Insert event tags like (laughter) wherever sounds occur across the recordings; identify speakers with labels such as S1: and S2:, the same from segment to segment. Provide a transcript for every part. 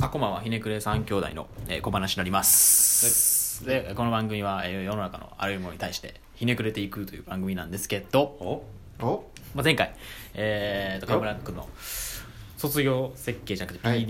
S1: あこんばんはひねくれ三兄弟の、えー小話になりますでこの番組は、えー世の中のあらゆるものに対してひねくれていくという番組なんですけど、
S2: お
S3: お
S1: まあ、前回、えー、と川村君の卒業設計じゃなくて
S3: はい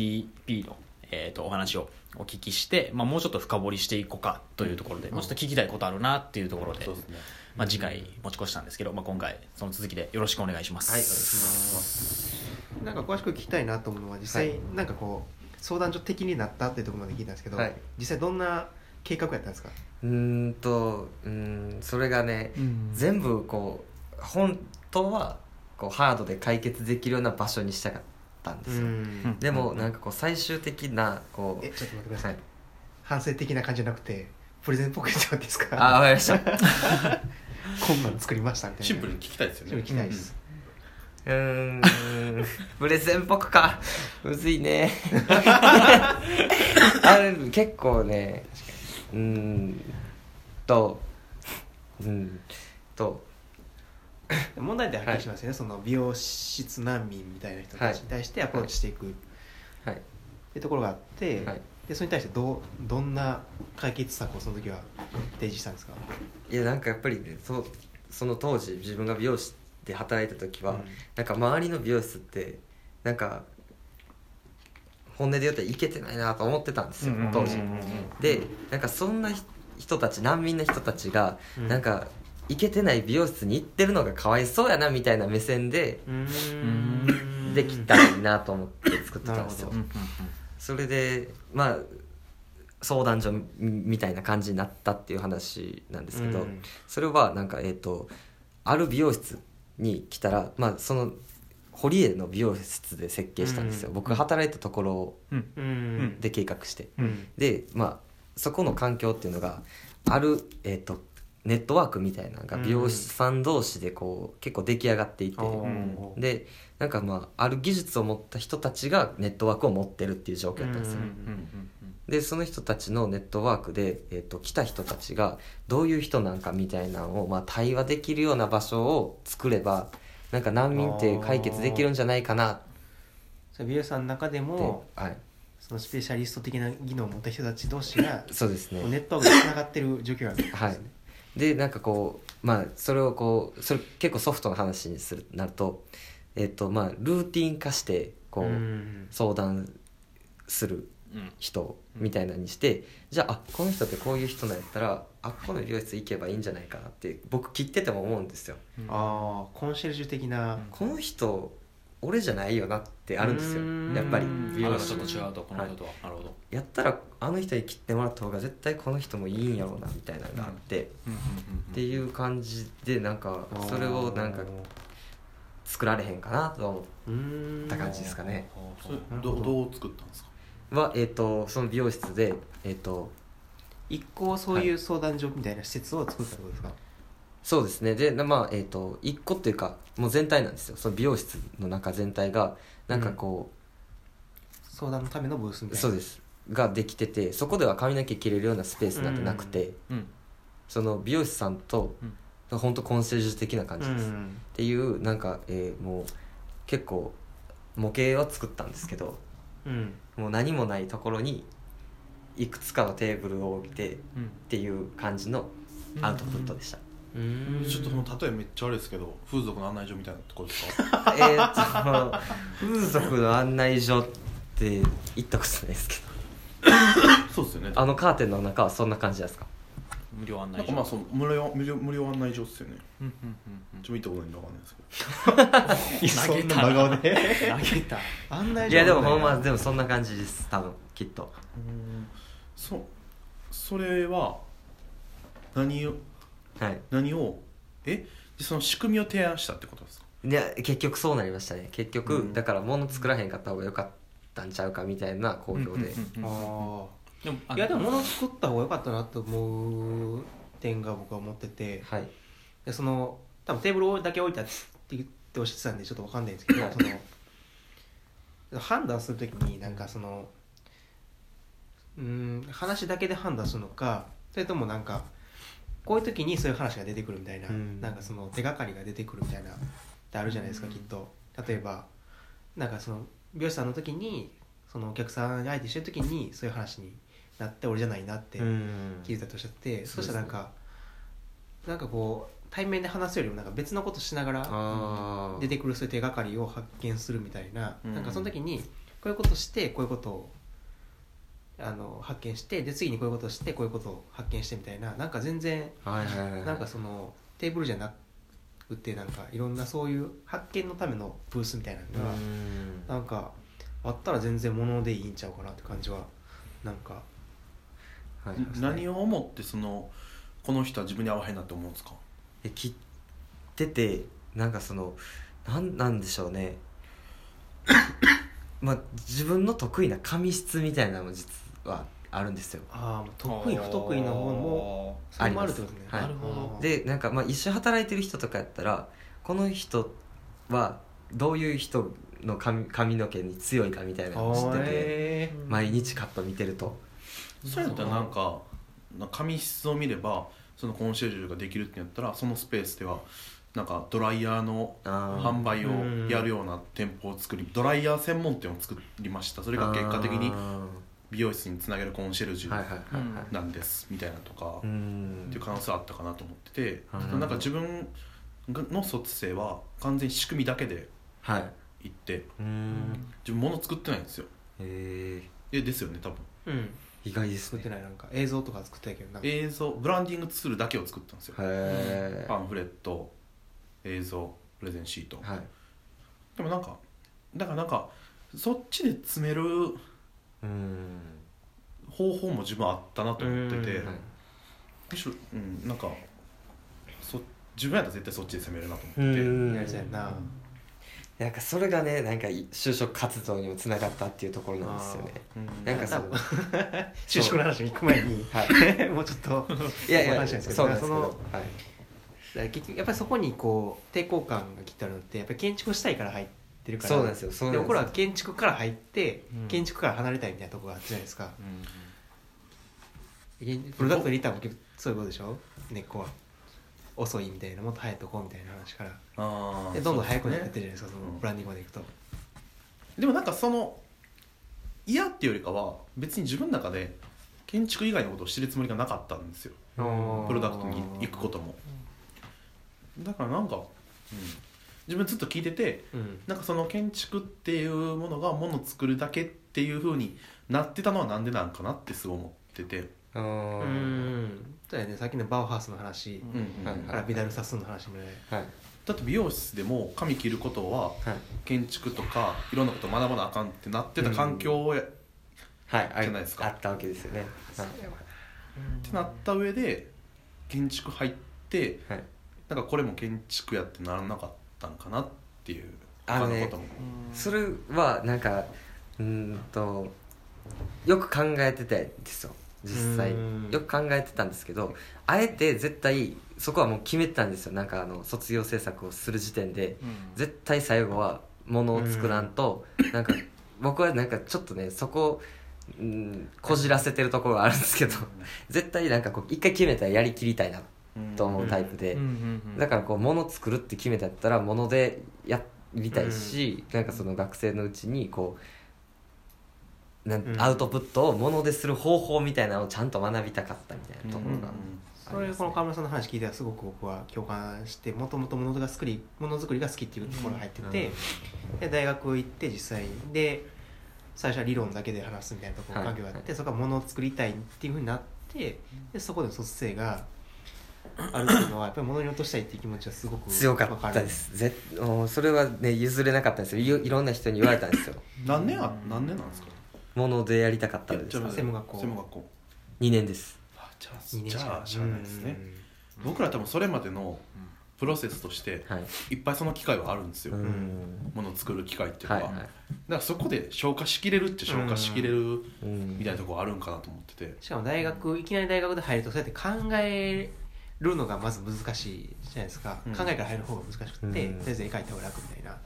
S1: PDP の、えー、とお話をお聞きして、まあ、もうちょっと深掘りしていこうかというところで、もうちょっと聞きたいことあるなっていうところで、
S2: そうですね
S1: まあ、次回持ち越したんですけど、まあ、今回その続きでよろしくお願いします、
S3: はいお願いしますなんか詳しく聞きたいなと思うのは実際、
S2: はい
S3: なんかこう相談所的になったっていうところまで聞いたんですけど、
S4: はい
S3: 実際どんな計画やったんですか、
S4: うーんとうーんそれがね全部こう本当はこうハードで解決できるような場所にしたかったんで
S3: う
S4: すよ、
S3: ん
S4: でもなんかこう最終的なこう
S3: えちょっと待ってくださ、
S4: はいい、
S3: 反省的な感じじゃなくてプレゼンっぽく言ってもらっていいです
S4: あわ
S3: か
S4: かり (laughs) ましたう
S3: こんなん作りましたみたいな
S2: シンプルに聞きたいです
S3: シンプ
S2: よ
S3: ルに
S2: ね
S3: 聞きたいです、
S4: ーんプレゼンっぽくかむずいねあれ結構ねうーんとうーんと
S3: 問題点はっきりしますよね、その美容室難民みたいな人たちに対してアプローチしていくっ
S4: はい
S3: てところがあって、
S4: はい
S3: でそれに対してどうどんな解決策をその時は提示したんですか、
S4: いやなんかやっぱりねそその当時自分が美容師で働いた時は、
S3: うん
S4: なんか周りの美容室ってなんか本音で言うといけてないなと思ってたんですよ、
S1: うんうんうん
S4: 当時
S1: うんうん
S4: でなんかそんなひ人たち難民の人たちが、
S3: うん
S4: なんかいけてない美容室に行ってるのがかわいそうやなみたいな目線で
S1: ん
S4: できたらいいなと思って作ってたんですよ
S3: なるほど
S4: それでまあ相談所みみたいな感じになったっていう話なんですけど、
S3: うん
S4: それはなんかえっ、とある美容室に来たらまあその堀江の美容室で設計したんですよ、
S3: うん
S4: 僕が働いたところ
S1: うん
S3: うんん
S4: で計画して
S3: うん
S4: でまあそこの環境っていうのがあるえっ、とネットワークみたいなのが美容師さん同士でこう結構出来上がっていて、
S3: おー
S4: でなんかまあある技術を持った人たちがネットワークを持ってるっていう状況だったんですよ、
S3: うん
S4: でその人たちのネットワークで、えー、と来た人たちがどういう人なんかみたいなのを、まあ、対話できるような場所を作ればなんか難民って解決できるんじゃないかなっ
S3: それ美容師さんの中で
S4: て
S3: も
S4: はい、
S3: そのスペシャリスト的な技能を持った人たち同士が
S4: そうです
S3: こ
S4: ね
S3: うネットワークでつながってる状況があるんですね、
S4: はい、でなんかこうまあそれをこうそれ結構ソフトな話にするなると,、えーとまあ、ルーティン化してこう、
S3: うん
S4: 相談する
S1: うん
S4: 人みたいなにして、じゃああこの人ってこういう人なんやったらあこの美容室行けばいいんじゃないかなって僕切ってても思うんですよ。
S3: ああコンシェルジュ的な
S4: この人俺じゃないよなってあるんです
S3: うーん
S4: よやっぱり美
S1: あ
S4: 容
S1: の
S4: 師
S1: 人と違うとこの人とは、なるほど、
S4: やったらあの人に切ってもらった方が絶対この人もいいんやろうなみたいなのがあって、って
S1: う
S4: いう感じでなんかそれをなんか作られへんかなと思
S3: うーん
S4: った感じですかね
S2: それどどう作ったんですか
S4: はえっ、とその美容室でえっ、と
S3: 一個そういう相談所みたいな施設を作ったってことですか、
S4: そうですねでなまあえっ、と一個っていうかもう全体なんですよその美容室の中全体がなんかこう、
S3: 相談のためのブースみたいな
S4: そうですができててそこでは髪の毛切れるようなスペースなんてなくて、
S1: ん
S4: その美容師さんと、ほんとコンシェルジュ的な感じです、
S3: う
S4: っ
S3: ん
S4: ていうなんか、えーもう結構模型は作ったんですけど
S3: うん
S4: もう何もないところにいくつかのテーブルを置いてっ
S1: うん
S4: ていう感じのアウトプットでした、
S3: うん
S2: ちょっとその例えめっちゃ悪いですけど風俗の案内所みたいなとこですか
S4: (laughs) えーっと風俗の案内所って行ったことないですけ
S2: そうですよね
S4: どあのカーテンの中はそんな感じなんですか
S1: 無料案
S2: な
S1: 内
S2: んかまあその無料無料無料案内所っすよねちょっと見たことないんでわかんないですけ
S1: 投げた
S3: そんな真顔で
S1: 投げた
S3: 案内
S4: いやでもほんまでもそんな感じです多分きっと
S2: どそそれは何を
S4: はい
S2: 何をえでその仕組みを提案したってことですか
S4: いや結局そうなりましたね結局、
S2: うん
S4: だから物作らへんかった方が良かったんちゃうかみたいな好評で、
S3: あ
S1: でも
S3: あいやでも物作った方が良かったなと思う点が僕は思ってて
S4: はい
S3: でその多分テーブルだけ置いたって言っておっしゃってたんでちょっと分かんないんですけどその判断するときになんかそのうーん話だけで判断するのかそれともなんかこういう時にそういう話が出てくるみたいな,、
S4: うん
S3: なんかその手がかりが出てくるみたいなってあるじゃないですか、きっと例えばなんかその美容師さんの時にそのお客さんに相手してる時にそういう話になって俺じゃないなって気づいたとおっしゃって、そ
S4: そうですね
S3: したらなんかなんかこう対面で話すよりもなんか別のことしながら
S4: あー
S3: 出てくるそういう手がかりを発見するみたいな,、
S2: うん
S3: なんかその時にこういうことしてこういうことをあの発見してで次にこういうことしてこういうことを発見してみたいななんか全然
S4: はいはいはい
S3: なんかそのテーブルじゃなくてなんかいろんなそういう発見のためのブースみたいなのが、
S4: うん
S3: なんかあったら全然物でいいんちゃうかなって感じはなんか
S4: はい
S2: 何を思ってそのこの人は自分に合わへんなって思うんですか
S4: え切っててなんかそのなんなんでしょうね (coughs) まあ自分の得意な紙質みたいなのも実はあるんですよ
S3: ああ得意不得意な方もそれもあるってことね
S4: あり
S1: ますはいなるほど
S4: でなんかまあ一緒に働いてる人とかやったらこの人はどういう人の髪髪の毛に強いかみたいなのを知ってて
S3: て
S4: 毎日カット見てると
S2: そうやったらなんかなんか紙質を見ればそのコンシェルジュができるってやったらそのスペースではなんかドライヤーの
S4: あ
S2: 販売
S3: うん
S2: をやるような店舗を作りドライヤー専門店を作りましたそ
S4: そ
S2: れが結果的に
S4: は
S2: 美容室につなげるコンシェルジ
S4: いはい
S2: ュ
S4: はいはい
S2: なんですみたいなとか
S4: う
S2: っ
S4: ん
S2: ていう可能性あったかなと思ってて
S4: うん
S2: なんか自分の卒生は完全に仕組みだけで
S4: はい
S2: 行って
S4: うん
S2: 自分物作ってないんですよ
S4: へえ
S2: えですよね多分
S3: うん
S4: 意外です
S3: 作っ
S4: ね
S3: てないなんか映像とか作ってたけどなんか
S2: 映像ブランディングツールだけを作ったんですよ
S4: へえ
S2: パンフレット映像プレゼンシート
S4: はい
S2: でもなんかだからなんかそっちで詰める
S4: うん
S2: 方法も自分あったなと思ってて
S3: うん
S4: はい
S2: むしろうんなんかそ自分やったら絶対そっちで攻めるなと思って
S4: うん
S3: やりたいな
S4: なんかそれがねなんか就職活動にもつながったっていうところなんですよね
S2: うん
S4: なんかそ
S3: 多
S4: の
S3: 分 (laughs) 就職の話に行く前に
S4: は
S3: (laughs)
S4: い
S3: もうちょっと
S4: いやい
S3: まあ
S4: や
S3: 確かに
S4: そうなんです
S3: そ
S4: けど
S3: の
S4: は
S3: だ
S4: い
S3: から結局やっぱりそこにこう抵抗感がきたのってやっぱり建築したいから入ってるから
S4: そうなんですよそう
S3: で
S4: なん
S3: 僕
S4: です
S3: ら
S4: よ
S3: は建築から入って、
S1: うん
S3: 建築から離れたいみたいなとこがあったじゃないですか
S2: うん
S3: 現プロダクトリーターも結局そういうことでしょ根っこは遅いみたいなもっと早いとこみたいな話から
S2: あ
S3: で
S2: ー
S3: どんどん
S2: そ
S3: 早
S2: うです
S3: く
S2: ね
S3: なってってるじゃないですかそのブランディングまでいくと、
S2: でもなんかその嫌っていうよりかは別に自分の中で建築以外のことを知るつもりがなかったんですよ
S4: うん
S2: プロダクトに行くこともだからなんか、うん、自分ずっと聞いてて
S3: うん
S2: なんかその建築っていうものがもの作るだけっていう風になってたのはなんでなんかなってすごい思ってて、
S3: う
S4: う
S3: んんそうだよねさっきのバウハウスの話
S1: うん
S4: はい
S3: か
S4: は
S3: ら
S4: い
S3: ビダル・サスンの話もね
S4: はい
S2: だって美容室でも髪切ることは
S4: はい
S2: 建築とかいろんなこと学ばなあかんってなってた環境をや、っ
S4: はいあ
S2: じゃないですか
S4: あったわけですよねはい
S2: てなった上で建築入って
S4: はい
S2: なんかこれも建築やってならなかったんかなっていう
S4: あのね
S2: 他ことも、
S4: それはなんかうーんとよく考えてたんですよ実際
S3: うん
S4: よく考えてたんですけどあえて絶対そこはもう決めてたんですよなんかあの卒業制作をする時点で絶対最後はものを作らんとなんか僕はなんかちょっとねそこうんこじらせてるところがあるんですけど (laughs) 絶対なんかこう一回決めたらやりきりたいなと思うタイプで、だからこう物作るって決めたったら物でやりたいし、なんかその学生のうちにこうなん、
S3: うん
S4: アウトプットを物でする方法みたいなのをちゃんと学びたかったみたいなところが、
S3: それこの川村さんの話聞いてはすごく僕は共感してもともとものづくりものづくりが好きっていうところが入ってて、で大学行って実際で最初は理論だけで話すみたいなところ
S4: はい
S3: 環境があって、そこからものを作りたいっていうふうになってでそこで卒生があるっていうのはやっぱりものに落としたいっていう気持ちはすごく
S4: 強かったで
S3: わ
S4: すぜもうそれはね譲れなかったんですよいいろんな人に言われたん (laughs) ですよ
S2: 何年あ何年なんですか
S4: 物でやりたかったんです
S2: いや
S3: 専門学校
S2: 専門学校
S4: 2年です
S2: あじゃあ
S3: かる二年
S2: じ
S3: 間
S2: ゃあ知らないですね
S1: うん
S2: 僕ら多分それまでの
S1: うん
S2: プロセスとして
S4: はい
S2: いっぱいその機会はあるんですよ、
S4: う
S2: もの
S4: ん
S2: 物作る機会っていうの
S4: は
S2: は、
S4: いは
S2: だか
S4: い
S2: らそこで消化しきれるって消化しきれる
S4: うん
S2: みたいなところあるんかなと思ってて、
S3: しかも大学いきなり大学で入るとそうやって考えるのがまず難しいじゃないですか、
S2: うん
S3: 考えから入る方が難しくて、
S4: うん
S3: とりあえず絵描いた方が楽みたいなと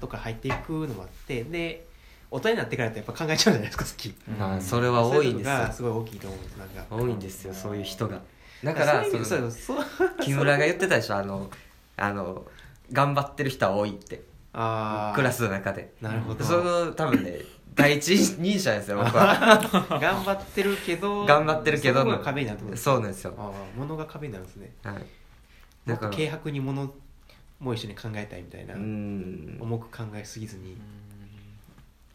S3: こから入っていくのもあってで大人になってからってやっぱ考えちゃうじゃないですか好き
S4: まあそれは多いんです
S3: そううの
S4: よ
S3: がすごい大きいと思うんですなんか
S4: 多いんですよそういう人がだから
S3: そういう意味
S4: その
S3: そうそう
S4: 木村が言ってたでしょあのあの頑張ってる人は多いって
S3: (laughs) あー
S4: クラスの中で
S3: なるほど
S4: その多分ね第一人者ですよ僕は
S3: 頑張ってるけど
S4: 頑張ってるけど
S3: そこが壁になるってこと
S4: そうなんですよ、
S3: ああ物が壁になるんですね
S4: はい、
S3: も
S4: だ
S3: っと
S4: から
S3: 軽薄に物も一緒に考えたいみたいな、
S4: うん
S3: 重く考えすぎずに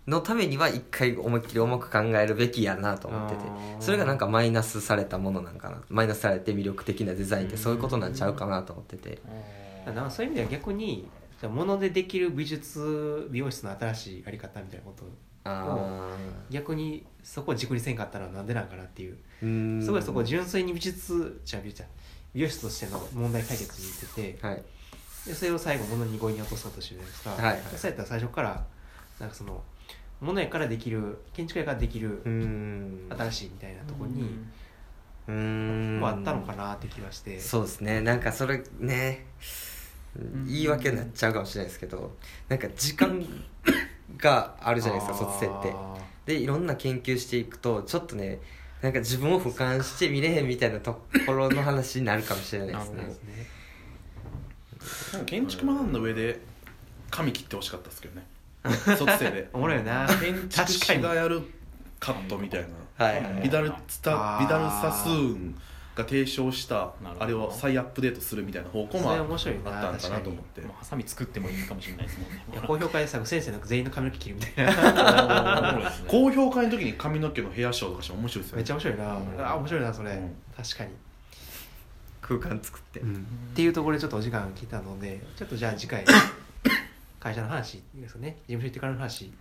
S4: のためには一回思いっきり重く考えるべきやなと思ってて
S3: あー
S4: それがなんかマイナスされたものなんかなマイナスされて魅力的なデザインってそういうことなんちゃうかなと思ってて
S3: だからそういう意味では逆にじゃあ物でできる美術美容室の新しいあり方みたいなこと
S4: あ
S3: 逆にそこを軸にせんかったのはなんでなんかなっていう
S4: ーうん
S3: すごいそこ純粋に美術じゃあ美術じゃない美容室としての問題解決に行ってて
S4: はい
S3: でそれを最後物に強引に落とそうとしてるじゃないですか、
S4: はいはい
S3: そうやったら最初からなんかその物やからできる建築やからできる
S4: うん
S3: 新しいみたいなとこに、
S4: うーん
S3: もうあったのかなって気がして
S4: そうですねなんかそれね
S2: ん
S4: 言い訳になっちゃうかもしれないですけどなんか時間があるじゃないですか卒生って
S3: あ
S4: でいろんな研究していくとちょっとねなんか自分を俯瞰して見れへんみたいなところの話になるかもしれないです
S3: ーそう
S4: ね
S3: ですね
S2: なんか建築学んだ上で髪切ってほしかったですけ (laughs) どね卒生で
S3: おもろいよ
S4: (laughs)
S3: な
S2: 建築士がやるカットみたいな、
S4: はいはい
S2: ビダルスタ
S3: あー
S2: ビダルサスーンが提唱した
S1: なるほど
S2: あれを再アップデートするみたいな方向も
S3: そ
S2: あ
S3: れ
S2: っ
S3: 面白いな
S2: たんかなと思って
S1: もうハサミ作ってもいいかもしれないですもんね
S3: いや高評価でさ先生の全員の髪の毛切るみた
S2: (laughs)
S3: いな
S2: 高評価の時に髪の毛のヘアショーとかしても面白いですよ
S3: め
S2: ね
S3: っちゃ面白いな、
S2: うん
S3: あ面白いなそれ、
S2: うん
S3: 確かに、
S4: 空間作って
S3: っていうところでちょっとお時間来たのでちょっとじゃあ次回会社の話ですね事務所行ってからの話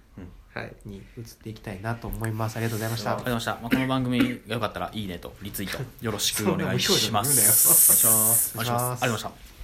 S4: はい
S3: に移っていきたいなと思いますありがとうございました
S1: ありがとうございました、まあ、この番組が良かったらいいねとリツイートよろしくお願いします
S3: そんな無表情に言うなよ
S1: お願いしますありがとうございました